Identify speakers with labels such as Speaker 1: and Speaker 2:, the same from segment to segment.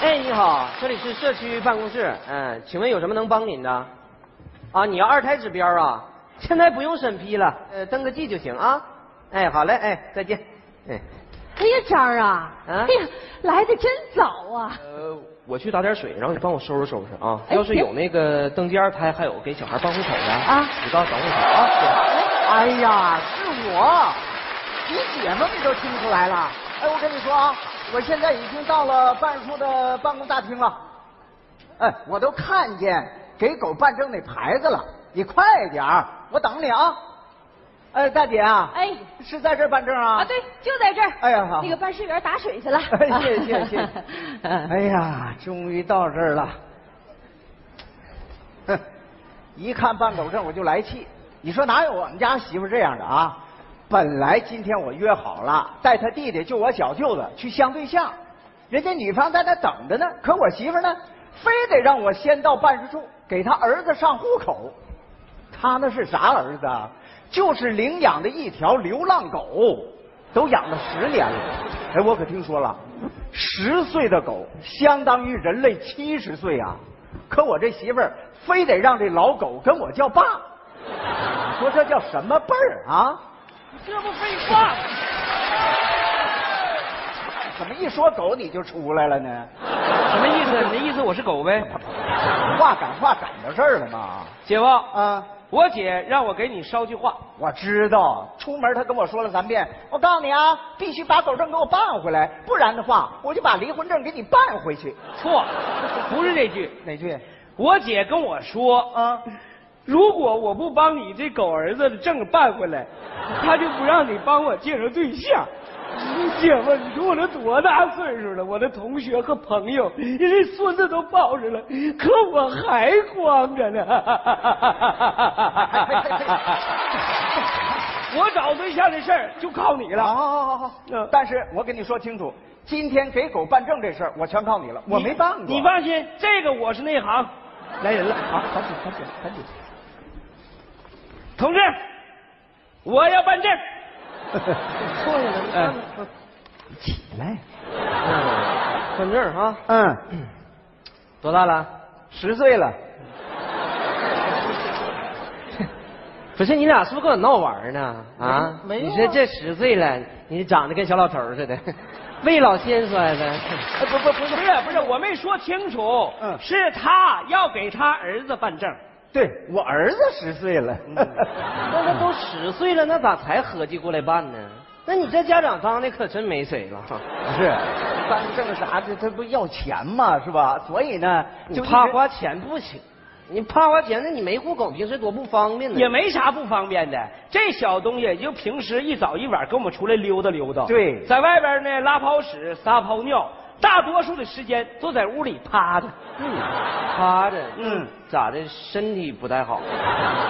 Speaker 1: 哎，你好，这里是社区办公室，嗯，请问有什么能帮您的？啊，你要二胎指标啊？现在不用审批了，呃，登个记就行啊。哎，好嘞，哎，再见。哎，
Speaker 2: 哎呀，张儿啊，
Speaker 1: 啊
Speaker 2: 哎呀，来的真早啊！
Speaker 1: 呃，我去打点水，然后你帮我收拾收拾啊。
Speaker 2: 哎
Speaker 1: 要是有那个登记二胎，还有给小孩办户口的
Speaker 2: 啊
Speaker 1: 你告诉我找我啊。
Speaker 3: 哎呀，是我，你姐夫你都听出来了。哎，我跟你说啊，我现在已经到了办事处的办公大厅了。哎，我都看见给狗办证那牌子了，你快点儿，我等你啊。哎，大姐啊，
Speaker 2: 哎
Speaker 3: 是在这儿办证啊？
Speaker 2: 啊，对，就在这儿。
Speaker 3: 哎呀好
Speaker 2: 那个办事员打水去了。
Speaker 3: 哎谢谢谢谢哎
Speaker 2: 哎，
Speaker 3: 呀，终于到这儿了。哼，一看办狗证我就来气。你说哪有我们家媳妇这样的啊？本来今天我约好了带他弟弟，就我小舅子去相对象，人家女方在那等着呢。可我媳妇呢，非得让我先到办事处给他儿子上户口。他那是啥儿子？啊？就是领养的一条流浪狗，都养了十年了。哎，我可听说了，十岁的狗相当于人类七十岁啊！可我这媳妇儿非得让这老狗跟我叫爸，你说这叫什么辈儿啊？
Speaker 2: 这不废话吗？
Speaker 3: 怎么一说狗你就出来了呢？
Speaker 1: 什么意思？你的意思我是狗呗？
Speaker 3: 话赶话赶到这儿了吗？
Speaker 1: 姐夫，
Speaker 3: 啊，
Speaker 1: 我姐让我给你捎句话。
Speaker 3: 我知道，出门他跟我说了三遍，我告诉你啊，必须把狗证给我办回来，不然的话，我就把离婚证给你办回去。
Speaker 1: 错，不是这句。
Speaker 3: 哪句？
Speaker 1: 我姐跟我说，
Speaker 3: 啊，
Speaker 1: 如果我不帮你这狗儿子的证办回来，他就不让你帮我介绍对象。姐夫，你说我都多大岁数了？我的同学和朋友，这孙子都抱着了，可我还光着呢。 我找对象这事儿就靠你
Speaker 3: 好
Speaker 1: 了。
Speaker 3: 好好好好
Speaker 1: 嗯。
Speaker 3: 呃但是我跟你说清楚，今天给狗办证这事儿，我全靠你了，我没办过。
Speaker 1: 你放心，这个我是内行。来人了，
Speaker 3: 啊好，赶紧赶紧赶紧。
Speaker 1: 同志，我要办证。
Speaker 2: 错了，你
Speaker 1: 嗯
Speaker 2: 看看
Speaker 3: 起来。
Speaker 1: 办证啊，
Speaker 3: 嗯，
Speaker 1: 多大了？
Speaker 3: 十岁 了。
Speaker 1: 不是你俩是不是跟我闹玩儿呢？啊，
Speaker 3: 没没有啊
Speaker 1: 你说这十岁了，你长得跟小老头儿似的，未老先衰 呗。
Speaker 3: 哎，不不不是
Speaker 4: 呃不是不是，我没说清楚，
Speaker 3: 嗯
Speaker 4: 是他要给他儿子办证，
Speaker 3: 对我儿子十岁了。
Speaker 1: 嗯那他都十岁了，那咋才合计过来办呢？那你这家长当的可真没谁 了。
Speaker 3: 不 是，办证啥的，他不要钱嘛，是吧？所以呢，
Speaker 1: 嗯你
Speaker 3: 就
Speaker 1: 怕
Speaker 3: 一直
Speaker 1: 花钱不行，你怕花钱，那你没户口，平时多不方便呢。
Speaker 4: 也没啥不方便的。这小东西也就平时一早一晚跟我们出来溜达溜达，
Speaker 3: 对
Speaker 4: 在外边呢拉泡屎撒泡尿，大多数的时间都在屋里趴着。
Speaker 1: 嗯，趴着，
Speaker 3: 嗯
Speaker 1: 嗯，咋的？身体不太好。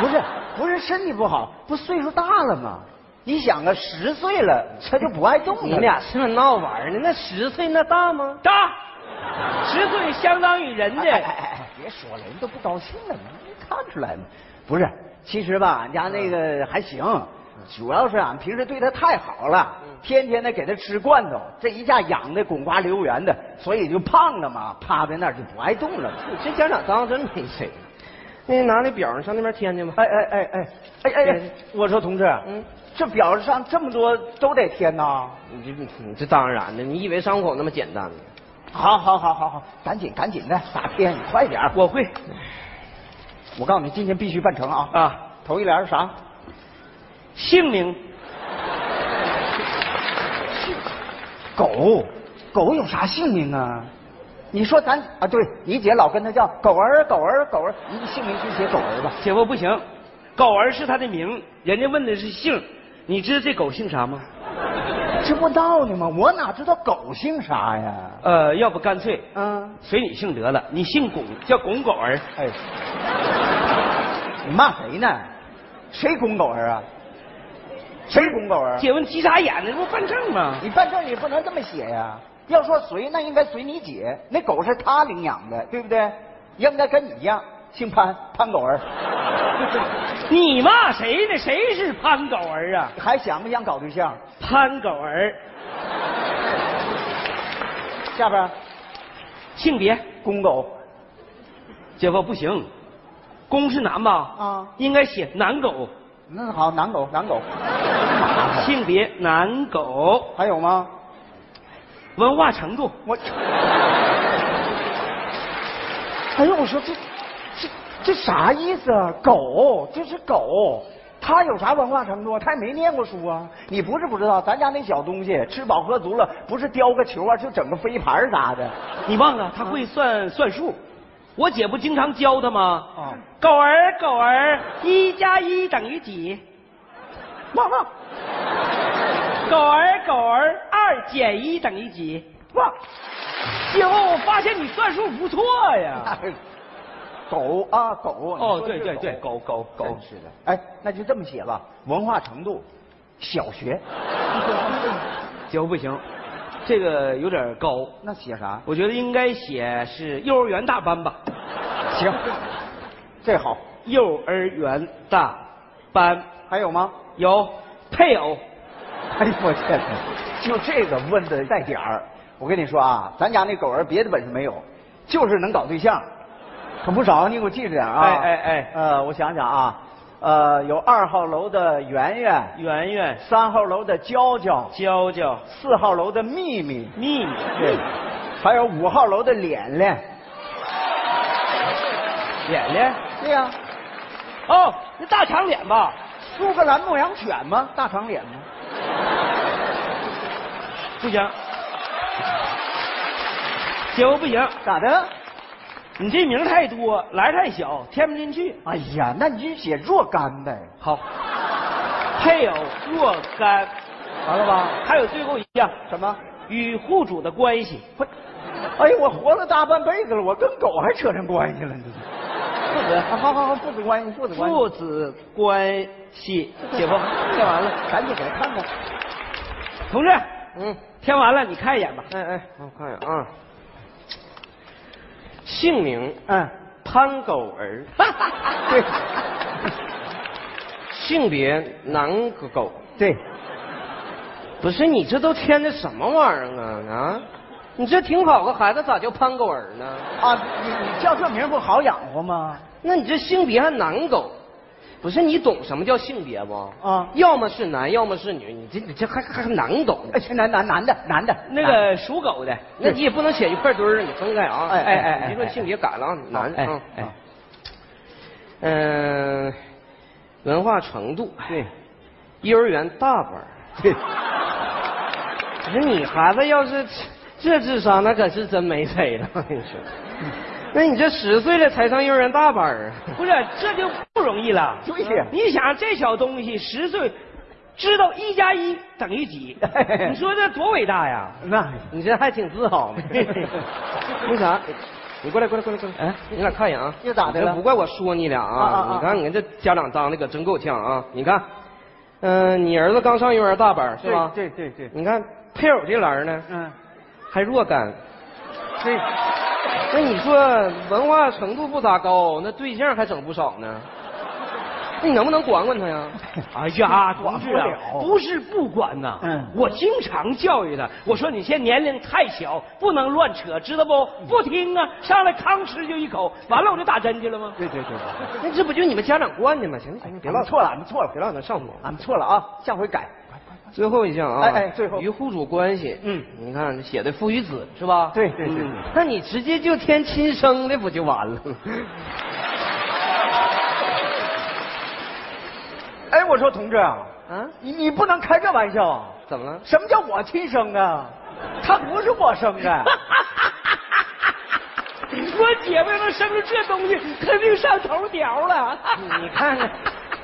Speaker 3: 不是不是身体不好，不岁数大了吗？你想啊，十岁了他就不爱动了。哎
Speaker 1: 你俩是不是闹玩儿呢？那十岁那大吗？
Speaker 4: 大，十岁相当于
Speaker 3: 哎
Speaker 4: 人
Speaker 3: 哎
Speaker 4: 的
Speaker 3: 哎哎，别说了，人都不高兴了，你没看出来吗？不是，其实吧，俺家那
Speaker 1: 嗯
Speaker 3: 个还行，主要是俺平时对他太好了，
Speaker 1: 嗯
Speaker 3: 天天的给他吃罐头，这一下养的滚瓜溜圆的，所以就胖了嘛，趴在那儿就不爱动了。
Speaker 1: 你这家长当真没谁。那拿那表上那边填去吧。
Speaker 3: 哎哎哎哎哎哎哎！我说同志，
Speaker 1: 嗯
Speaker 3: 这表上这么多都得填呐。
Speaker 1: 你这你这当然的，你以为伤口那么简单呢？
Speaker 3: 好好好好好，赶紧赶紧的，咋填？你快点儿
Speaker 4: 我会
Speaker 3: 我告诉你，今天必须办成啊！
Speaker 4: 啊，
Speaker 3: 头一联是啥？
Speaker 4: 姓名
Speaker 3: 狗，狗有啥姓名啊？你说咱啊，对你姐老跟他叫狗儿，狗儿，狗儿，你姓名就写狗儿吧。
Speaker 4: 姐夫不行，狗儿是他的名，人家问的是姓，你知道这狗姓啥吗？
Speaker 3: 这不闹呢吗？我哪知道狗姓啥呀？
Speaker 4: 呃，要不干脆
Speaker 3: 嗯，
Speaker 4: 随你姓得了，你姓巩，叫巩狗儿。
Speaker 3: 哎，你骂谁呢？谁拱狗儿啊？谁拱狗儿啊？
Speaker 4: 姐问急啥眼呢？这不办证吗？
Speaker 3: 你办证你不能这么写呀、要说随，那应该随你姐，那狗是她领养的，对不对？应该跟你一样，姓潘，潘狗儿，
Speaker 4: 你骂谁呢？谁是潘狗儿啊？
Speaker 3: 还想不想搞对象？
Speaker 4: 潘狗儿，
Speaker 3: 下边儿，
Speaker 4: 性别，
Speaker 3: 公狗
Speaker 4: 姐夫不行，公是男吧？
Speaker 3: 啊
Speaker 4: 应该写男狗，
Speaker 3: 那嗯好，男狗，男狗，
Speaker 4: 性别男狗，
Speaker 3: 还有吗？
Speaker 4: 文化程度
Speaker 3: 我，哎呦，我说这这这啥意思啊？狗，这是狗，它有啥文化程度啊？它也没念过书啊。你不是不知道，咱家那小东西吃饱喝足了，不是叼个球啊，就整个飞盘儿啥的。
Speaker 4: 你忘了？他会算算数，我姐不经常教他吗？
Speaker 3: 啊，
Speaker 4: 狗儿狗儿，一加一等于几？
Speaker 3: 妈妈，
Speaker 4: 狗儿狗儿，二减一等于几？
Speaker 3: 妈，
Speaker 4: 姐夫，我发现你算数不错呀。
Speaker 3: 狗啊狗。你说
Speaker 4: 哦，对
Speaker 3: 是
Speaker 4: 对对，狗狗狗
Speaker 3: 真是的。哎，那就这么写吧，文化程度，小学。
Speaker 4: 姐夫不行，这个有点高，
Speaker 3: 那写啥？
Speaker 4: 我觉得应该写是幼儿园大班吧。
Speaker 3: 行，这好。
Speaker 4: 幼儿园大班
Speaker 3: 还有吗？
Speaker 4: 有配偶，
Speaker 3: 哎呦我天哪！就这个问的带点儿。我跟你说啊，咱家那狗儿别的本事没有，就是能搞对象，可不少。你给我记着点儿啊。
Speaker 4: 哎哎哎
Speaker 3: 呃，我想想啊，呃，有二号楼的圆圆，
Speaker 4: 圆圆、
Speaker 3: 三号楼的娇娇，
Speaker 4: 娇娇、
Speaker 3: 四号楼的秘密，
Speaker 4: 秘密，
Speaker 3: 对，还有五号楼的脸脸。
Speaker 4: 脸脸，
Speaker 3: 对呀、
Speaker 4: 哦，那大长脸吧？
Speaker 3: 苏格兰牧羊犬吗？大长脸吗？
Speaker 4: 不行，姐夫不行，
Speaker 3: 咋的？
Speaker 4: 你这名儿太多，栏儿太小，填不进去。
Speaker 3: 哎呀，那你就写若干呗，
Speaker 4: 好，配偶若干，
Speaker 3: 完了吧？
Speaker 4: 还有最后一项，
Speaker 3: 什么？
Speaker 4: 与户主的关系。
Speaker 3: 不，哎呦，我活了大半辈子了，我跟狗还扯上关系了，你
Speaker 4: 父子
Speaker 3: 啊，好好好，父子关系，父子关系，
Speaker 4: 父子关系，姐夫填完了，
Speaker 3: 赶紧给他看看。
Speaker 4: 同志，
Speaker 3: 嗯，
Speaker 4: 填完了你看一眼吧。
Speaker 1: 哎哎，我看一眼啊，姓名
Speaker 3: 嗯，
Speaker 1: 潘狗 儿，
Speaker 3: 对，
Speaker 1: 性别男狗。
Speaker 3: 对，
Speaker 1: 不是你这都添的什么玩意儿啊啊！你这挺好个孩子，咋叫潘狗儿呢？
Speaker 3: 啊，你你叫这名不好养活吗？
Speaker 1: 那你这性别还男狗？不是你懂什么叫性别不？
Speaker 3: 啊
Speaker 1: 要么是男，要么是女，你这你这还还还男狗呢
Speaker 3: 哎，男男男的男的，
Speaker 4: 那个属狗的，
Speaker 1: 那你也不能写一块堆儿，你分开啊！
Speaker 3: 哎哎哎
Speaker 1: 你这
Speaker 3: 哎
Speaker 1: 个性别改了啊，男
Speaker 4: 哎
Speaker 1: 啊
Speaker 4: 哎，
Speaker 1: 嗯，文化程度
Speaker 3: 对
Speaker 1: 幼儿园大班儿。
Speaker 3: 对，
Speaker 1: 可是你孩子要是这智商，那可是真没谁了。我跟你说，
Speaker 3: 嗯
Speaker 1: 那你这十岁了才上幼儿园大班儿啊？
Speaker 4: 不是这就不容易了。
Speaker 3: 对呀？
Speaker 4: 你想这小东西十岁，知道一加一等于几你说这多伟大呀！
Speaker 3: 那
Speaker 1: 你这还挺自豪 呢。那啥，你过来，过来，过来，过来。哎，你俩看一眼啊。
Speaker 3: 又咋
Speaker 1: 你
Speaker 3: 的
Speaker 1: 这
Speaker 3: 了
Speaker 1: 不怪我说你俩啊！
Speaker 3: 啊啊啊
Speaker 1: 你看，你看这家长当的可真够呛啊！你看，嗯、你儿子刚上幼儿园大班 是吧？
Speaker 3: 对对对对
Speaker 1: 你看配偶这栏儿呢，
Speaker 3: 嗯，
Speaker 1: 还若干。
Speaker 3: 对，
Speaker 1: 那你说文化程度不咋高，那对象还整不少呢。那你能不能管管他呀？
Speaker 4: 哎呀，
Speaker 3: 管
Speaker 4: 同
Speaker 3: 不
Speaker 4: 志啊
Speaker 3: 了，
Speaker 4: 不是不管呐，
Speaker 3: 嗯
Speaker 4: 我经常教育他，我说你现在年龄太小，不能乱扯，知道不？
Speaker 3: 嗯
Speaker 4: 不听啊，上来吭哧就一口，完了我就打针去 了吗？
Speaker 3: 对对对，
Speaker 1: 那这不就你们家长惯的吗？行行，别
Speaker 3: 别
Speaker 1: 唠
Speaker 3: 了，哎错了，俺们错了，
Speaker 1: 别唠那上火。
Speaker 3: 俺们错了啊，下回改。
Speaker 1: 最后一项啊，
Speaker 3: 哎哎最后
Speaker 1: 与户主关系，
Speaker 3: 嗯，
Speaker 1: 你看写的父与子是吧？
Speaker 3: 对对对对
Speaker 1: 嗯那你直接就添亲生的不就完了吗？
Speaker 3: 哎，我说同志啊，
Speaker 1: 啊，
Speaker 3: 你你不能开这玩笑啊！
Speaker 1: 怎么了？
Speaker 3: 什么叫我亲生啊？他不是我生 的。
Speaker 4: 我姐妹们生出这东西，肯定上头条了。
Speaker 1: 你看看，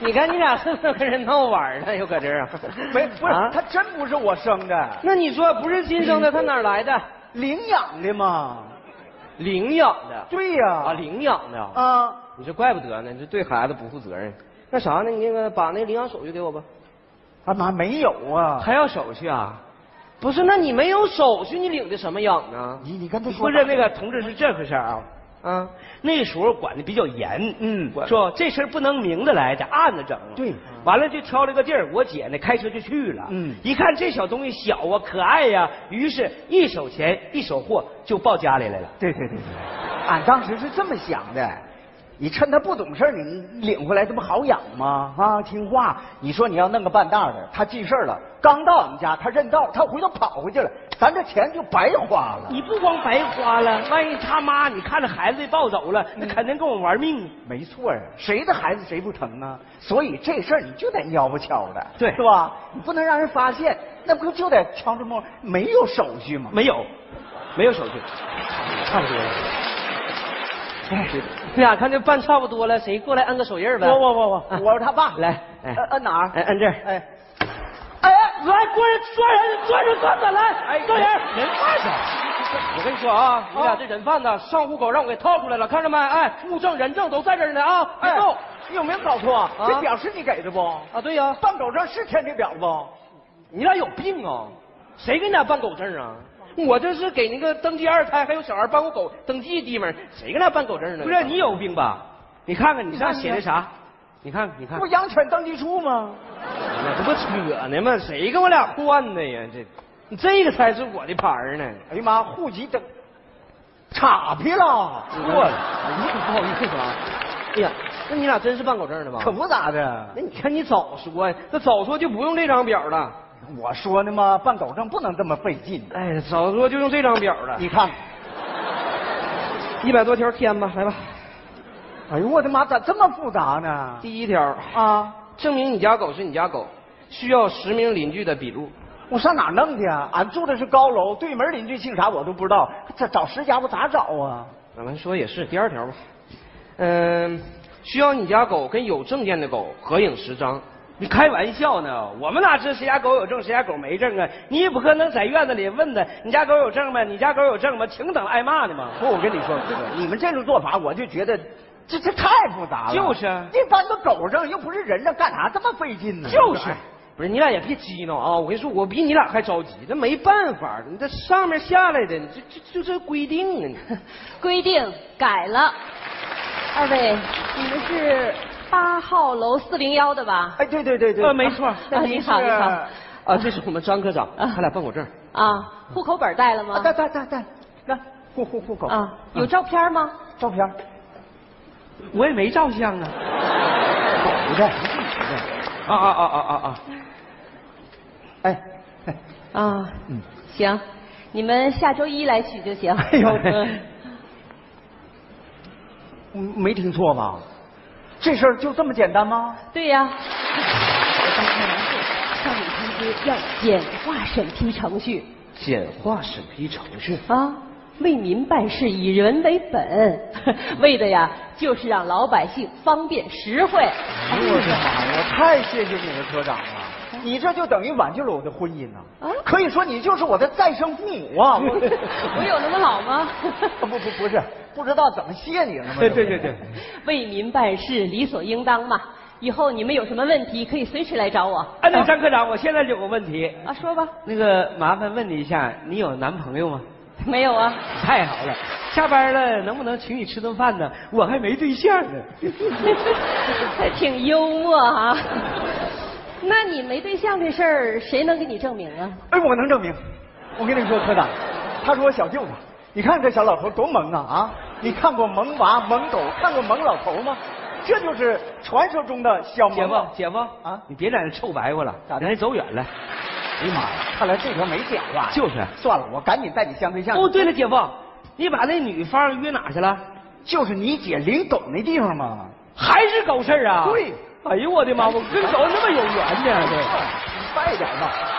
Speaker 1: 你看你俩是不是跟人闹玩呢？又搁这儿啊？
Speaker 3: 没，不是，
Speaker 1: 啊
Speaker 3: 他真不是我生的，
Speaker 1: 那你说不是亲生的，他哪儿来的？
Speaker 3: 领养的嘛。
Speaker 1: 领养的
Speaker 3: 对呀、
Speaker 1: 啊，领养的啊。
Speaker 3: 啊
Speaker 1: 你这怪不得呢，你这对孩子不负责任。那啥呢？你那个把那领养手续给我吧。
Speaker 3: 啊妈没有啊。
Speaker 1: 还要手续啊？不是，那你没有手续，你领的什么养呢？
Speaker 3: 你你跟他
Speaker 4: 你
Speaker 3: 说
Speaker 4: 不是那个同志是这回事儿啊？
Speaker 1: 啊，
Speaker 4: 那时候管的比较严，
Speaker 3: 嗯
Speaker 4: 说这事儿不能明着来的，暗着整。啊
Speaker 3: 对
Speaker 4: 完了就挑了个地儿，我姐呢开车就去了，
Speaker 3: 嗯
Speaker 4: 一看这小东西小啊，可爱呀、于是一手钱一手货就抱家里来了。
Speaker 3: 对对对，俺当时是这么想的，你趁他不懂事儿你领回来，这不好养吗？啊，听话。你说你要弄个半大的，他记事儿了，刚到俺们家他认道，他回头跑回去了，咱这钱就白花了。
Speaker 4: 你不光白花了，万一他妈你看着孩子被抱走了，那肯定跟我玩命。
Speaker 3: 没错啊，谁的孩子谁不疼啊？所以这事儿你就得撩不巧的，
Speaker 4: 对
Speaker 3: 是吧？你不能让人发现，那不就得悄着摸，没有手续吗？
Speaker 4: 没有，没有手续，差不多了。
Speaker 1: 你俩哎看这办差不多了，谁过来摁个手印儿呗？
Speaker 3: 我我我我
Speaker 1: 啊
Speaker 3: 我是他爸，
Speaker 1: 来，哎
Speaker 3: 摁摁哪儿？
Speaker 1: 哎，摁这儿。
Speaker 3: 哎，哎，
Speaker 4: 来，过来抓人，抓人贩子，来，抓人，人贩子。
Speaker 1: 我跟你说啊，你俩这人贩子上户口让我给套出来了，看着没？哎，物证、人证都在这儿呢啊！别
Speaker 3: 哎
Speaker 1: 动！，
Speaker 3: 你有没有搞错？啊
Speaker 1: 啊
Speaker 3: 这表是你给的不？
Speaker 1: 啊，对呀、
Speaker 3: 办狗证是填这表不？
Speaker 1: 你俩有病啊！谁给你俩办狗证啊？我这是给那个登记二胎还有小孩办过狗登记地方，谁给俩办狗证呢？
Speaker 4: 不是你有病吧？你看看你上写的啥？
Speaker 1: 你看，你看，
Speaker 3: 不养犬登记处吗？
Speaker 1: 这不扯呢吗？谁跟我俩换的呀？这，你这个才是我的牌儿呢。
Speaker 3: 哎呀妈，户籍登，岔劈了，
Speaker 1: 错了，哎呀，不好意思啊。哎呀，那你俩真是办狗证的吧？
Speaker 3: 可不咋的。
Speaker 1: 那你看你早说呀，那早说就不用这张表了。
Speaker 3: 我说呢嘛，办狗证不能这么费劲。
Speaker 1: 哎，早说就用这张表了。
Speaker 3: 你看，
Speaker 1: 一百多条填吧，来吧。
Speaker 3: 哎呦我的妈，咋这么复杂呢？
Speaker 1: 第一条，
Speaker 3: 啊，
Speaker 1: 证明你家狗是你家狗，需要实名邻居的笔录。
Speaker 3: 我上哪儿弄去啊？俺住的是高楼，对门邻居姓啥我都不知道，这找石家伙咋找啊？
Speaker 1: 俺们说也是，第二条吧。嗯，需要你家狗跟有证件的狗合影十张。
Speaker 4: 你开玩笑呢？我们哪知谁家狗有证，谁家狗没证啊？你也不可能在院子里问他，你家狗有证吗？你家狗有证吗？请等挨骂呢吗？
Speaker 3: 不，我跟你说，这个你们这种做法，我就觉得这这太复杂了。
Speaker 4: 就是啊
Speaker 3: 这搬个狗证又不是人证，干啥这么费劲呢？
Speaker 4: 就是
Speaker 3: 哎
Speaker 1: 不是，你俩也别激闹啊！我跟你说，我比你俩还着急，这没办法，你这上面下来的，你这这就这规定啊！你
Speaker 2: 规定改了。二位，你们是八号楼四零幺的吧？
Speaker 3: 哎，对对对对，
Speaker 4: 呃，没错，
Speaker 2: 啊，你好，你好。
Speaker 1: 啊，这是我们张科长，他俩办狗证。
Speaker 2: 啊，户口本带了吗
Speaker 3: 啊，？带带带带，来户户户口
Speaker 2: 啊，有照片吗？
Speaker 3: 照片，
Speaker 4: 我也没照相啊。
Speaker 3: 不对，
Speaker 1: 啊啊啊啊啊啊！
Speaker 3: 哎，哎
Speaker 2: 啊，行，你们下周一来取就行。
Speaker 3: 哎呦
Speaker 2: 嗯
Speaker 3: 没听错吧？这事儿就这么简单吗？
Speaker 2: 对呀、上面通知要简化审批程序
Speaker 1: 简化审批程序。
Speaker 2: 啊，为民办事以人为本， 为的呀就是让老百姓方便实惠。
Speaker 3: 哎呦我的妈呀！太谢谢你了，科长了，嗯你这就等于挽救了我的婚姻呐、
Speaker 2: 啊
Speaker 3: 可以说你就是我的再生父母 啊！
Speaker 2: 我有那么老吗？
Speaker 3: 不不不是，不知道怎么谢你了吗？
Speaker 4: 对对对对，
Speaker 2: 为民办事理所应当嘛。以后你们有什么问题可以随时来找我。
Speaker 4: 哎，那张科长，我现在就有个问题，
Speaker 2: 啊，说吧。
Speaker 4: 那个麻烦问你一下，你有男朋友吗？
Speaker 2: 没有 啊。
Speaker 4: 太好了，下班了能不能请你吃顿饭呢？我还没对象呢。
Speaker 2: 还挺幽默啊。 那你没对象这事儿，谁能给你证明啊？
Speaker 3: 哎，我能证明。我跟你说，科长，他是我小舅子。你看这小老头多萌啊啊！你看过萌娃、萌狗，看过萌老头吗？这就是传说中的小
Speaker 4: 姐
Speaker 3: 萌
Speaker 4: 夫
Speaker 3: 娃，。
Speaker 4: 姐夫
Speaker 3: 啊
Speaker 4: 你别在那臭白话了，
Speaker 3: 咋的
Speaker 4: 咱走远了。
Speaker 3: 哎呀妈呀！看来这条没讲话。
Speaker 4: 就是
Speaker 3: 算了，我赶紧带你相对象。
Speaker 4: 哦，对了，姐夫，你把那女方约哪去了？
Speaker 3: 就是你姐领狗那地方嘛。
Speaker 4: 还是狗事儿啊？
Speaker 3: 对。
Speaker 4: 哎呦我的妈！我跟狗那么有缘呢，这。
Speaker 3: 快点吧。